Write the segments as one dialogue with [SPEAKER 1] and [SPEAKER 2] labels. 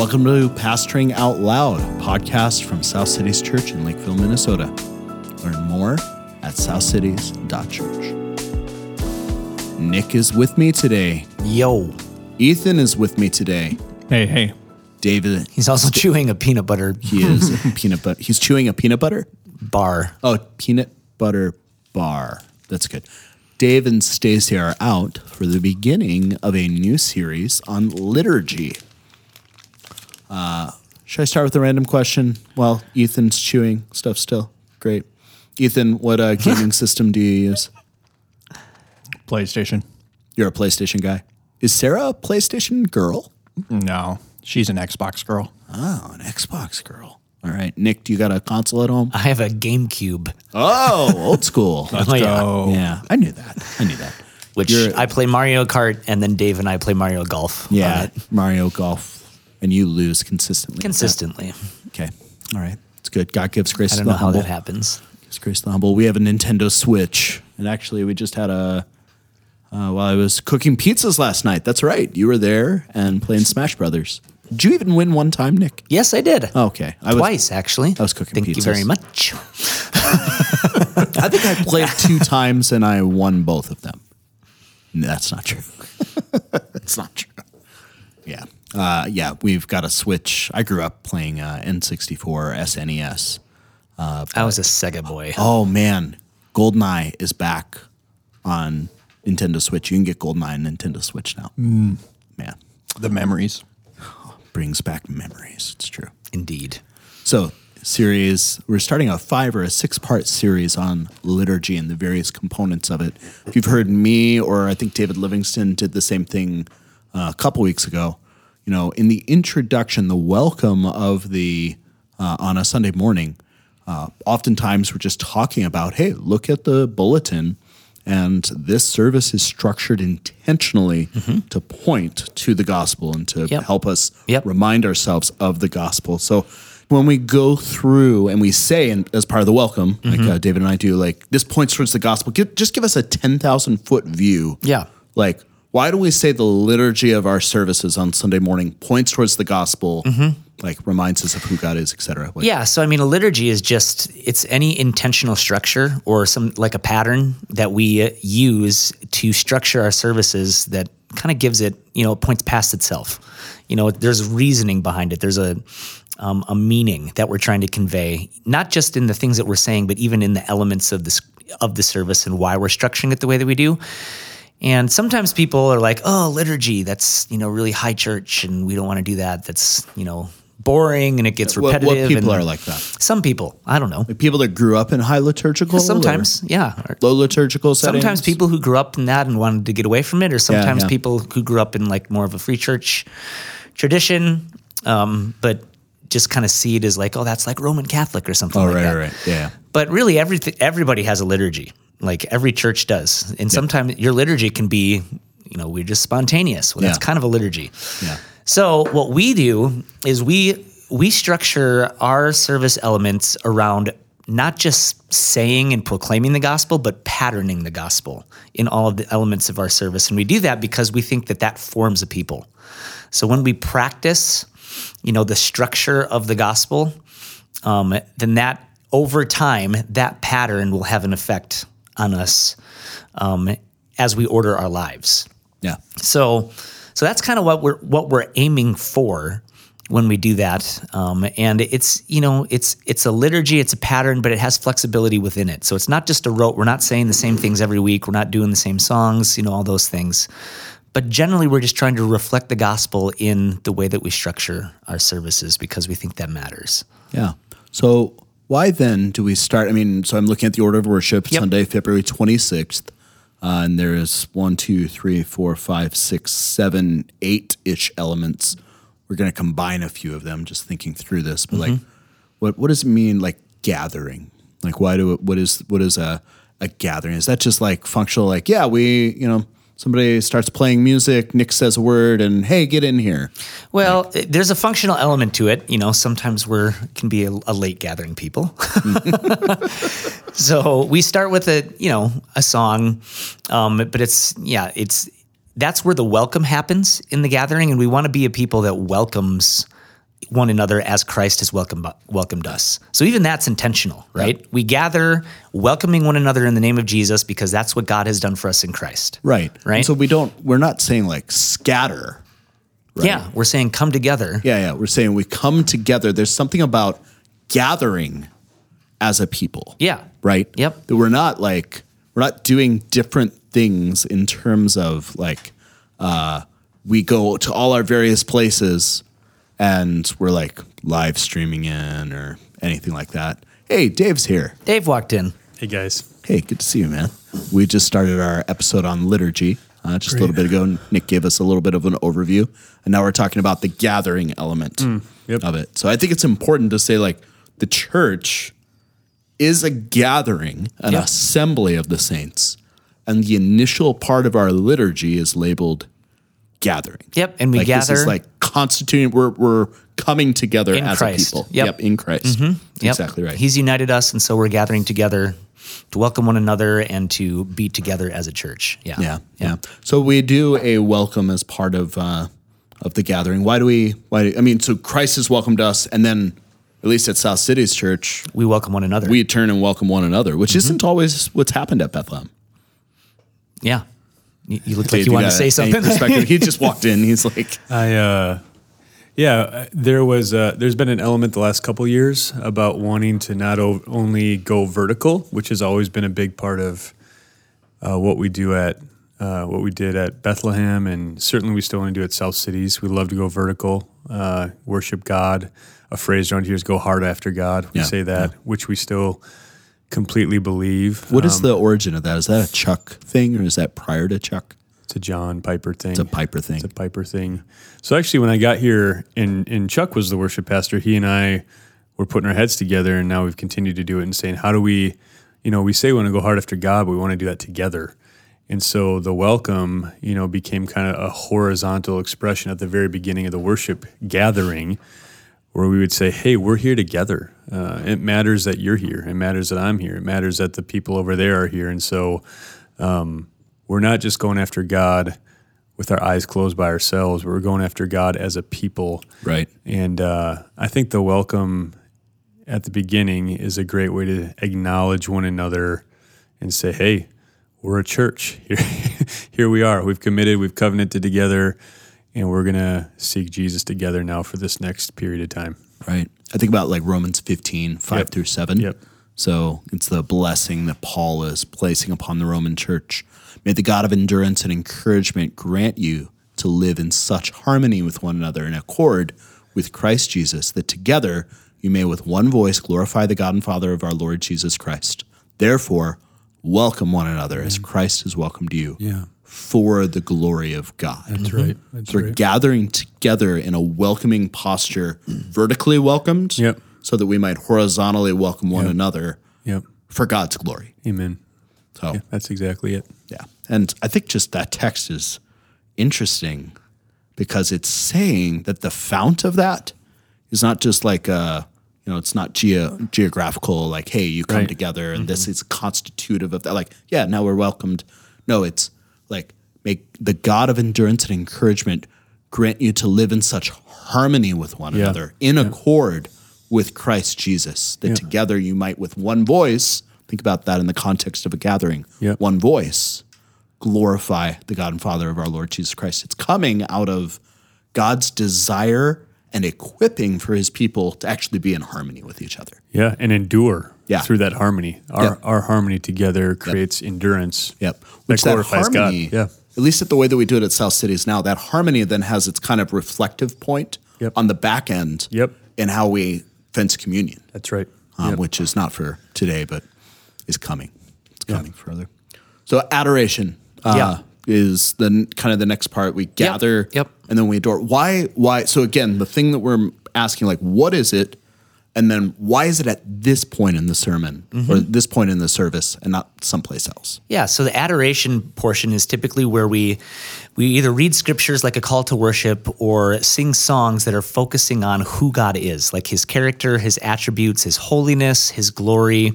[SPEAKER 1] Welcome to Pastoring Out Loud, a podcast from South Cities Church in Lakeville, Minnesota. Learn more at southcities.church. Nick is with me today.
[SPEAKER 2] Yo.
[SPEAKER 1] Ethan is with me today.
[SPEAKER 3] Hey, hey.
[SPEAKER 1] David,
[SPEAKER 2] He's also chewing a peanut butter
[SPEAKER 1] he is a peanut butter. He's chewing a peanut butter?
[SPEAKER 2] bar.
[SPEAKER 1] Oh, peanut butter bar. That's good. Dave and Stacy are out for the beginning of a new series on liturgy. Uh, should I start with a random question? Well, Ethan's chewing stuff still. Great. Ethan, what uh, gaming system do you use?
[SPEAKER 3] PlayStation.
[SPEAKER 1] You're a PlayStation guy. Is Sarah a PlayStation girl?
[SPEAKER 3] No, she's an Xbox girl.
[SPEAKER 1] Oh, an Xbox girl. All right. Nick, do you got a console at home?
[SPEAKER 2] I have a GameCube,
[SPEAKER 1] Oh, old school.
[SPEAKER 2] Oh, yeah.
[SPEAKER 3] So
[SPEAKER 1] yeah, I knew that. I knew that.
[SPEAKER 2] which
[SPEAKER 1] You're-
[SPEAKER 2] I play Mario Kart, and then Dave and I play Mario Golf. on
[SPEAKER 1] Yeah,
[SPEAKER 2] it
[SPEAKER 1] Mario Golf, and you lose consistently.
[SPEAKER 2] Consistently.
[SPEAKER 1] Okay, all right, it's good. God gives grace
[SPEAKER 2] I
[SPEAKER 1] to
[SPEAKER 2] don't
[SPEAKER 1] the
[SPEAKER 2] know how
[SPEAKER 1] humble.
[SPEAKER 2] that happens.
[SPEAKER 1] Gives grace to the humble. We have a Nintendo Switch, and actually, we just had a. Uh, while I was cooking pizzas last night, that's right, you were there and playing Smash Brothers. Did you even win one time, Nick? Oh,
[SPEAKER 2] Yes, I did.
[SPEAKER 1] Okay, I was-
[SPEAKER 2] Twice, actually. I
[SPEAKER 1] was cooking
[SPEAKER 2] Thank
[SPEAKER 1] pizzas.
[SPEAKER 2] you very much.
[SPEAKER 1] I think I played two times and I won both of them. No, that's not true. that's not true. Yeah. Uh, yeah, we've got a Switch. I grew up playing uh, N64, SNES.
[SPEAKER 2] I was a Sega boy.
[SPEAKER 1] E Oh, man. GoldenEye is back on Nintendo Switch. You can get GoldenEye on Nintendo Switch now. Man,
[SPEAKER 3] the memories.
[SPEAKER 1] brings back memories. It's true.
[SPEAKER 2] Indeed.
[SPEAKER 1] So, series, we're starting a five or a six part series on liturgy and the various components of it. If you've heard me, or I think David Livingston did the same thing uh, a couple weeks ago, you know, in the introduction, the welcome of the, uh, on a Sunday morning, uh, oftentimes we're just talking about, hey, look at the bulletin. And this service is structured intentionally to point to the gospel and to
[SPEAKER 2] Yep.
[SPEAKER 1] help us
[SPEAKER 2] Yep.
[SPEAKER 1] remind ourselves of the gospel. So when we go through and we say, and as part of the welcome, like
[SPEAKER 2] Mm-hmm.
[SPEAKER 1] uh, David and I do, like this points towards the gospel. Give, just give us a ten thousand foot view.
[SPEAKER 2] Yeah.
[SPEAKER 1] Like, why do we say the liturgy of our services on Sunday morning points towards the gospel?
[SPEAKER 2] Mm-hmm.
[SPEAKER 1] Like reminds us of who God is, etc. Like,
[SPEAKER 2] Yeah, so I mean, a liturgy is just it's any intentional structure or some like a pattern that we uh, use to structure our services that kind of gives it, you know, points past itself. You know, there's reasoning behind it. There's a um, a meaning that we're trying to convey, not just in the things that we're saying, but even in the elements of this of the service and why we're structuring it the way that we do. And sometimes people are like, "Oh, liturgy, that's, you know, really high church and we don't want to do that. That's, you know, boring and it gets
[SPEAKER 1] What,
[SPEAKER 2] repetitive."
[SPEAKER 1] what people
[SPEAKER 2] and-
[SPEAKER 1] are like that?
[SPEAKER 2] some people, I don't know.
[SPEAKER 1] Like people that grew up in high liturgical, or
[SPEAKER 2] Sometimes, yeah. Or
[SPEAKER 1] low liturgical settings.
[SPEAKER 2] Sometimes people who grew up in that and wanted to get away from it, or sometimes
[SPEAKER 1] yeah.
[SPEAKER 2] people who grew up in like more of a free church tradition, um, but just kind of see it as like, oh, that's like Roman Catholic or something
[SPEAKER 1] Oh,
[SPEAKER 2] like
[SPEAKER 1] right,
[SPEAKER 2] that.
[SPEAKER 1] right, right. Yeah.
[SPEAKER 2] But really, everything everybody has a liturgy. Like every church does, and sometimes your liturgy can be, you know, we're just spontaneous. Well, that's
[SPEAKER 1] Yeah.
[SPEAKER 2] kind of a liturgy.
[SPEAKER 1] Yeah.
[SPEAKER 2] So what we do is we we structure our service elements around not just saying and proclaiming the gospel, but patterning the gospel in all of the elements of our service. And we do that because we think that that forms a people. So when we practice, you know, the structure of the gospel, um, then that over time, that pattern will have an effect on us um, as we order our lives.
[SPEAKER 1] Yeah.
[SPEAKER 2] So, so that's kind of what we're what we're aiming for when we do that. Um, and it's you know it's it's a liturgy, it's a pattern, but it has flexibility within it. So it's not just a rote. We're not saying the same things every week. We're not doing the same songs. You know all those things. But generally, we're just trying to reflect the gospel in the way that we structure our services because we think that matters.
[SPEAKER 1] Yeah. So why then do we start? I mean, so I'm looking at the order of worship
[SPEAKER 2] Yep.
[SPEAKER 1] Sunday, February 26th, uh, and there is one, two, three, four, five, six, seven, eight ish elements. We're going to combine a few of them. Just thinking through this, but like, what what does it mean like gathering? Like, why do it, what is what is a a gathering? Is that just like functional? Like, yeah, we you know. Somebody starts playing music. Nick says a word, and hey, get in here.
[SPEAKER 2] Well, eh, there's a functional element to it. You know, sometimes we're can be a, a late gathering people. so we start with a you know a song, um, but it's yeah it's that's where the welcome happens in the gathering, and we want to be a people that welcomes one another as Christ has welcomed, welcomed us. So even that's intentional, right? We gather welcoming one another in the name of Jesus because that's what God has done for us in Christ.
[SPEAKER 1] Right. And
[SPEAKER 2] Right.
[SPEAKER 1] so we don't, we're not saying like scatter.
[SPEAKER 2] Yeah, we're saying come together.
[SPEAKER 1] Yeah. Yeah. We're saying we come together. There's something about gathering as a people.
[SPEAKER 2] Yeah.
[SPEAKER 1] Right.
[SPEAKER 2] Yep.
[SPEAKER 1] That we're not like, we're not doing different things in terms of like, uh, we go to all our various places and we're like live streaming in or anything like that. Hey, Dave's here.
[SPEAKER 2] Dave walked in.
[SPEAKER 4] Hey guys,
[SPEAKER 1] Hey, good to see you, man. We just started our episode on liturgy uh, just a little bit ago. Nick gave us a little bit of an overview, and now we're talking about the gathering element
[SPEAKER 2] Mm,
[SPEAKER 4] yep.
[SPEAKER 1] of it. So I think it's important to say like the church is a gathering, an
[SPEAKER 2] Yeah.
[SPEAKER 1] assembly of the saints, and the initial part of our liturgy is labeled gathering.
[SPEAKER 2] Yep, and we
[SPEAKER 1] like, This
[SPEAKER 2] gather-
[SPEAKER 1] is like constituting. We're we're coming together
[SPEAKER 2] In
[SPEAKER 1] as
[SPEAKER 2] Christ.
[SPEAKER 1] a people.
[SPEAKER 2] Yep. Mm-hmm.
[SPEAKER 1] in Christ.
[SPEAKER 2] Yep.
[SPEAKER 1] Exactly right.
[SPEAKER 2] He's united us, and so we're gathering together to welcome one another and to be together as a church. Yeah.
[SPEAKER 1] Yeah, yeah. So we do a welcome as part of uh, of the gathering. Why do we? Why? Do, I mean, so Christ has welcomed us, and then at least at South City's church,
[SPEAKER 2] We welcome one another.
[SPEAKER 1] we turn and welcome one another,
[SPEAKER 2] Mm-hmm.
[SPEAKER 1] which isn't always what's happened at Bethlehem.
[SPEAKER 2] yeah. You, you look
[SPEAKER 1] Dave,
[SPEAKER 2] like you want to
[SPEAKER 1] got
[SPEAKER 2] say
[SPEAKER 1] any
[SPEAKER 2] something. Um,
[SPEAKER 1] perspective? he just walked in. He's like,
[SPEAKER 4] I uh, yeah, uh, there was uh, there's been an element the last couple years about wanting to not o- only go vertical, which has always been a big part of uh, what we do at uh, what we did at Bethlehem, and certainly we still want to do at South Cities. We love to go vertical, uh, worship God. A phrase around here is "go hard after God." We
[SPEAKER 1] Yeah,
[SPEAKER 4] say that, which we still completely believe.
[SPEAKER 1] "What is the origin of that? Is that a Chuck thing, or is that prior to Chuck?
[SPEAKER 4] It's a uh, John Piper thing.
[SPEAKER 1] It's a Piper thing."
[SPEAKER 4] the Piper thing. So actually, when I got here, and and Chuck was the worship pastor, he and I were putting our heads together, and now we've continued to do it and saying, how do we, you know, we say we want to go hard after God, but we want to do that together. And so the welcome, you know, became kind of a horizontal expression at the very beginning of the worship gathering, where we would say, "Hey, we're here together. Uh, it matters that you're here. It matters that I'm here. It matters that the people over there are here." And so um, we're not just going after God with our eyes closed by ourselves. We're going after God as a people.
[SPEAKER 1] right.
[SPEAKER 4] And uh, I think the welcome at the beginning is a great way to acknowledge one another and say, hey, we're a church. Here, here we are. We've committed, we've covenanted together, and we're going to seek Jesus together now for this next period of time.
[SPEAKER 1] Right. I think about like Romans 15, 5
[SPEAKER 4] Yep.
[SPEAKER 1] through 7.
[SPEAKER 4] Yep.
[SPEAKER 1] So it's the blessing that Paul is placing upon the Roman church. May the God of endurance and encouragement grant you to live in such harmony with one another in accord with Christ Jesus that together you may with one voice glorify the God and Father of our Lord Jesus Christ. Therefore, welcome one another as Christ has welcomed you
[SPEAKER 4] Yeah.
[SPEAKER 1] for the glory of God.
[SPEAKER 4] That's right. That's
[SPEAKER 1] So we're gathering together in a welcoming posture, vertically welcomed,
[SPEAKER 4] Yep.
[SPEAKER 1] so that we might horizontally welcome one another
[SPEAKER 4] Yep.
[SPEAKER 1] for God's glory.
[SPEAKER 4] Amen.
[SPEAKER 1] So, yeah.
[SPEAKER 4] That's exactly it.
[SPEAKER 1] And I think just that text is interesting because it's saying that the fount of that is not just like a, you know, it's not geo- geographical, like, hey, you come
[SPEAKER 4] Right.
[SPEAKER 1] together and this is constitutive of that. Like, yeah, now we're welcomed. No, it's like, make the God of endurance and encouragement grant you to live in such harmony with one another, in accord with Christ Jesus, that together you might with one voice, think about that in the context of a gathering,
[SPEAKER 4] Yep.
[SPEAKER 1] one voice glorify the God and Father of our Lord Jesus Christ. It's coming out of God's desire and equipping for his people to actually be in harmony with each other.
[SPEAKER 4] Yeah, and endure
[SPEAKER 1] Yeah.
[SPEAKER 4] through that harmony. Our
[SPEAKER 1] Yeah.
[SPEAKER 4] our harmony together creates endurance.
[SPEAKER 1] Yep. Which that,
[SPEAKER 4] glorifies God.
[SPEAKER 1] harmony,
[SPEAKER 4] Yeah.
[SPEAKER 1] at least at the way that we do it at South Cities now, that harmony then has its kind of reflective point
[SPEAKER 4] Yep.
[SPEAKER 1] on the back end
[SPEAKER 4] Yep.
[SPEAKER 1] in how we fence communion,
[SPEAKER 4] That's right.
[SPEAKER 1] um, which is not for today, but is coming. It's coming further. So adoration uh, is the n- kind of the next part. We gather
[SPEAKER 2] Yep.
[SPEAKER 1] and then we adore. Why? Why? So again, the thing that we're asking, like, what is it? And then why is it at this point in the sermon or this point in the service and not someplace else?
[SPEAKER 2] Yeah, so the adoration portion is typically where we we either read scriptures like a call to worship or sing songs that are focusing on who God is, like his character, his attributes, his holiness, his glory,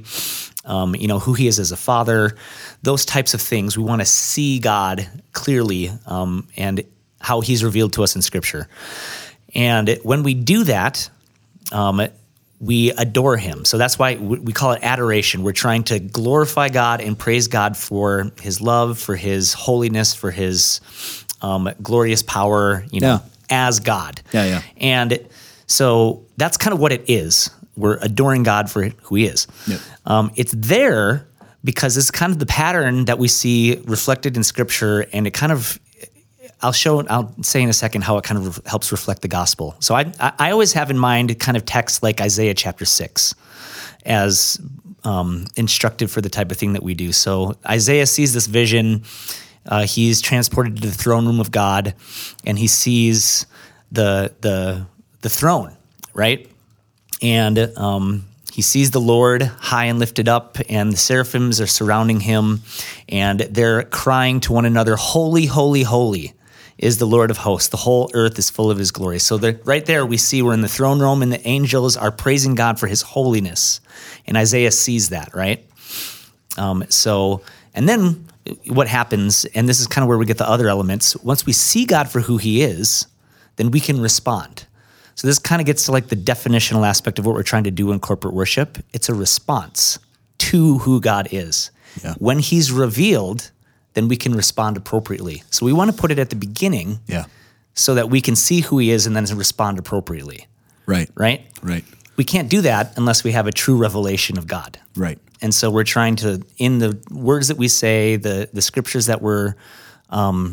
[SPEAKER 2] um, you know, who he is as a father, those types of things. We want to see God clearly um, and how he's revealed to us in scripture. And it- when we do that, um, we adore him. So that's why we we call it adoration. We're trying to glorify God and praise God for his love, for his holiness, for his um, glorious power, you know,
[SPEAKER 1] Yeah.
[SPEAKER 2] as God.
[SPEAKER 1] Yeah, yeah.
[SPEAKER 2] And so that's kind of what it is. We're adoring God for who he is.
[SPEAKER 1] Yep.
[SPEAKER 2] Um, it's there because it's kind of the pattern that we see reflected in scripture and it kind of I'll show. I'll say in a second how it kind of re- helps reflect the gospel. So I, I I always have in mind kind of texts like Isaiah chapter six, as um, instructive for the type of thing that we do. So Isaiah sees this vision. Uh, he's transported to the throne room of God, and he sees the the the throne, right? and um, he sees the Lord high and lifted up, and the seraphims are surrounding him, and they're crying to one another, "Holy, holy, holy." Is the Lord of hosts. The whole earth is full of his glory. So, the, right there, we see we're in the throne room and the angels are praising God for his holiness. And Isaiah sees that, right? Um, so, and then what happens, and this is kind of where we get the other elements. Once we see God for who he is, then we can respond. So, this kind of gets to like the definitional aspect of what we're trying to do in corporate worship. It's a response to who God is. When he's revealed, then we can respond appropriately. So, we want to put it at the beginning
[SPEAKER 1] Yeah.
[SPEAKER 2] so that we can see who he is and then respond appropriately,
[SPEAKER 1] Right.
[SPEAKER 2] right?
[SPEAKER 1] Right.
[SPEAKER 2] We can't do that unless we have a true revelation of God.
[SPEAKER 1] Right.
[SPEAKER 2] And so we're trying to, in the words that we say, the the scriptures that we're um,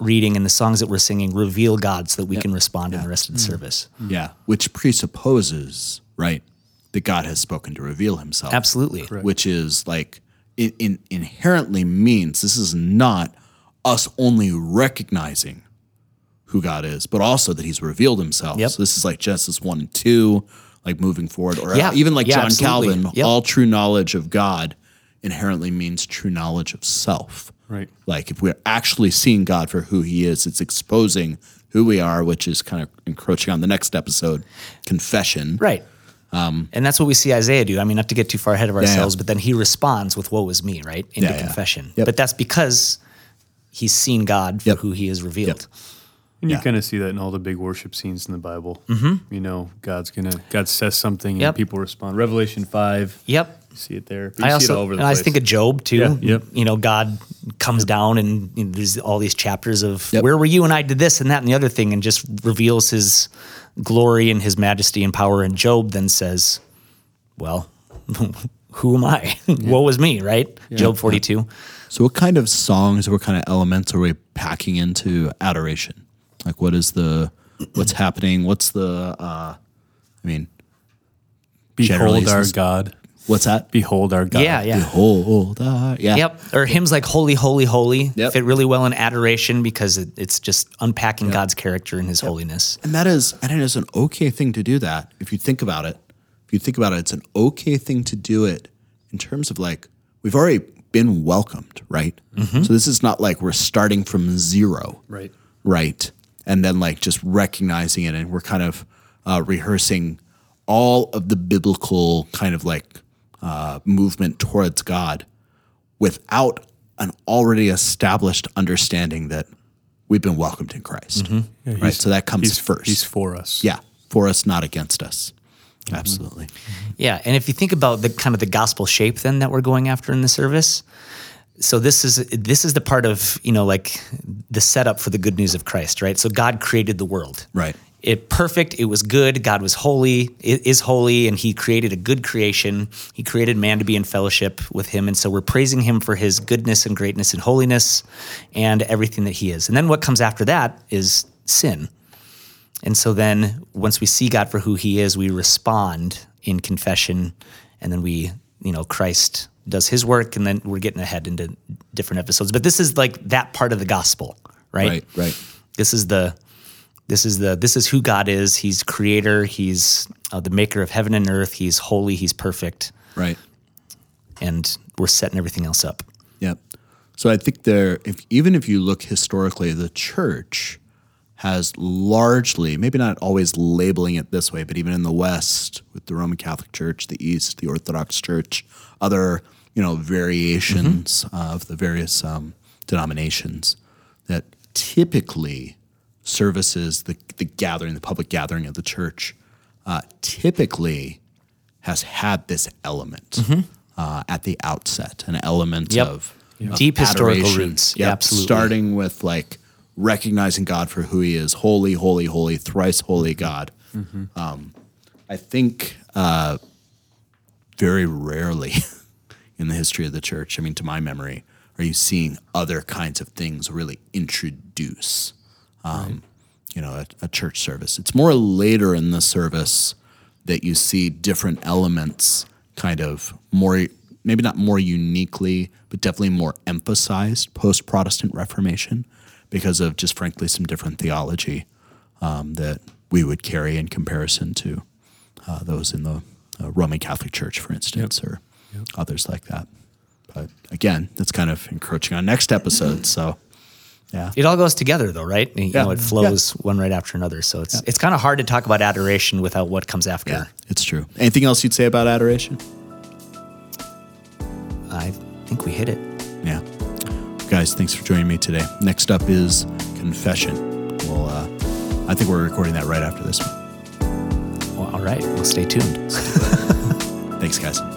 [SPEAKER 2] reading, and the songs that we're singing, reveal God so that we can respond in the rest
[SPEAKER 1] Mm-hmm.
[SPEAKER 2] of the service.
[SPEAKER 1] Yeah. Which presupposes, right, that God has spoken to reveal himself.
[SPEAKER 2] Absolutely.
[SPEAKER 1] Which is like it, in, inherently means this is not us only recognizing who God is, but also that he's revealed himself.
[SPEAKER 2] Yep.
[SPEAKER 1] So this is like Genesis 1 and 2, like moving forward, or
[SPEAKER 2] Yeah.
[SPEAKER 1] even like
[SPEAKER 2] Yeah,
[SPEAKER 1] John
[SPEAKER 2] absolutely.
[SPEAKER 1] Calvin,
[SPEAKER 2] Yep.
[SPEAKER 1] all true knowledge of God inherently means true knowledge of self.
[SPEAKER 4] Right.
[SPEAKER 1] Like if we're actually seeing God for who he is, it's exposing who we are, which is kind of encroaching on the next episode, confession.
[SPEAKER 2] Right.
[SPEAKER 1] Um,
[SPEAKER 2] and that's what we see Isaiah do. I mean, not to get too far ahead of ourselves, but then he responds with "Woe is me," right into
[SPEAKER 1] yeah.
[SPEAKER 2] confession.
[SPEAKER 1] Yep.
[SPEAKER 2] But that's because he's seen God for
[SPEAKER 1] Yep.
[SPEAKER 2] who He is revealed.
[SPEAKER 4] And you kind of see that in all the big worship scenes in the Bible.
[SPEAKER 1] Mm-hmm.
[SPEAKER 4] You know, God's gonna God says something
[SPEAKER 2] Yep.
[SPEAKER 4] and people respond. Revelation five.
[SPEAKER 2] Yep.
[SPEAKER 4] You see it there. But you
[SPEAKER 2] I
[SPEAKER 4] see
[SPEAKER 2] also
[SPEAKER 4] it all over the
[SPEAKER 2] and I
[SPEAKER 4] place.
[SPEAKER 2] think of Job too.
[SPEAKER 4] Yeah, yep.
[SPEAKER 2] You know, God comes down and you know, there's all these chapters of
[SPEAKER 1] Yep.
[SPEAKER 2] where were you and I did this and that and the other thing and just reveals his glory and his majesty and power and Job then says, "Well, who am I? Woe was me, right?" Job 42.
[SPEAKER 1] So, what kind of songs, what kind of elements are we packing into adoration? Like, what is the, what's happening? What's the, uh, I mean, generally
[SPEAKER 4] behold our
[SPEAKER 1] says-
[SPEAKER 4] God.
[SPEAKER 1] what's that?
[SPEAKER 4] Behold our God.
[SPEAKER 2] Yeah, yeah.
[SPEAKER 1] Behold, uh, yeah,
[SPEAKER 2] Yep. Or hymns like Holy, Holy, Holy
[SPEAKER 1] Yep.
[SPEAKER 2] fit really well in adoration because it, it's just unpacking God's character and his holiness.
[SPEAKER 1] and that is, and it is an okay thing to do that if you think about it. If you think about it, it's an okay thing to do it in terms of like we've already been welcomed, right? So this is not like we're starting from zero,
[SPEAKER 4] Right.
[SPEAKER 1] right and then like just recognizing it and we're kind of uh, rehearsing all of the biblical kind of like uh, movement towards god without an already established understanding that we've been welcomed in christ right so that comes
[SPEAKER 4] He's
[SPEAKER 1] first
[SPEAKER 4] He's for us.
[SPEAKER 1] yeah for us not against us absolutely
[SPEAKER 2] Yeah, and if you think about the kind of the gospel shape then that we're going after in the service, so this is this is the part of you know like the setup for the good news of Christ, right? So God created the world,
[SPEAKER 1] right
[SPEAKER 2] It perfect. It was good. God was holy. It is holy, and He created a good creation. He created man to be in fellowship with Him, and so we're praising Him for His goodness and greatness and holiness, and everything that He is. And then what comes after that is sin. And so then once we see God for who he is, we respond in confession and then we, you know, Christ does his work and then we're getting ahead into different episodes. But this is like that part of the gospel, right?
[SPEAKER 1] right right
[SPEAKER 2] This is the this is the this is who God is. He's creator, he's uh, the maker of heaven and earth, he's holy, he's perfect,
[SPEAKER 1] right
[SPEAKER 2] and we're setting everything else up.
[SPEAKER 1] Yep. So I think there, if even if you look historically, the church has largely, maybe not always labeling it this way, but even in the West with the Roman Catholic Church, the East, the Orthodox Church, other you know variations of the various um, denominations, that typically services, the, the gathering, the public gathering of the church, uh, typically has had this element uh, at the outset, an element
[SPEAKER 2] Mm-hmm. Yep.
[SPEAKER 1] of
[SPEAKER 2] Yeah.
[SPEAKER 1] of
[SPEAKER 2] Deep historical
[SPEAKER 1] adoration.
[SPEAKER 2] roots.
[SPEAKER 1] Yep.
[SPEAKER 2] Absolutely.
[SPEAKER 1] starting with like recognizing God for who He is, holy, holy, holy, thrice holy
[SPEAKER 2] Mm-hmm.
[SPEAKER 1] God. Um, I think uh, very rarely in the history of the church, I mean, to my memory, are you seeing other kinds of things really introduce you know, a, a church service. It's more later in the service that you see different elements kind of more, maybe not more uniquely, but definitely more emphasized post Protestant Reformation because of just frankly some different theology um, that we would carry in comparison to uh, those in the uh, Roman Catholic Church, for instance, or others like that. But again, that's kind of encroaching on next episode. So, yeah.
[SPEAKER 2] It all goes together, though, right? You know, it
[SPEAKER 1] Yeah.
[SPEAKER 2] flows one right after another. So it's it's kind of hard to talk about adoration without what comes after.
[SPEAKER 1] Yeah, it's true. Anything else you'd say about adoration?
[SPEAKER 2] I think we hit it.
[SPEAKER 1] Yeah. Guys, thanks for joining me today. Next up is confession. Well, uh, I think we're recording that right after this one.
[SPEAKER 2] Well, all right. Well, stay tuned.
[SPEAKER 1] Thanks, guys.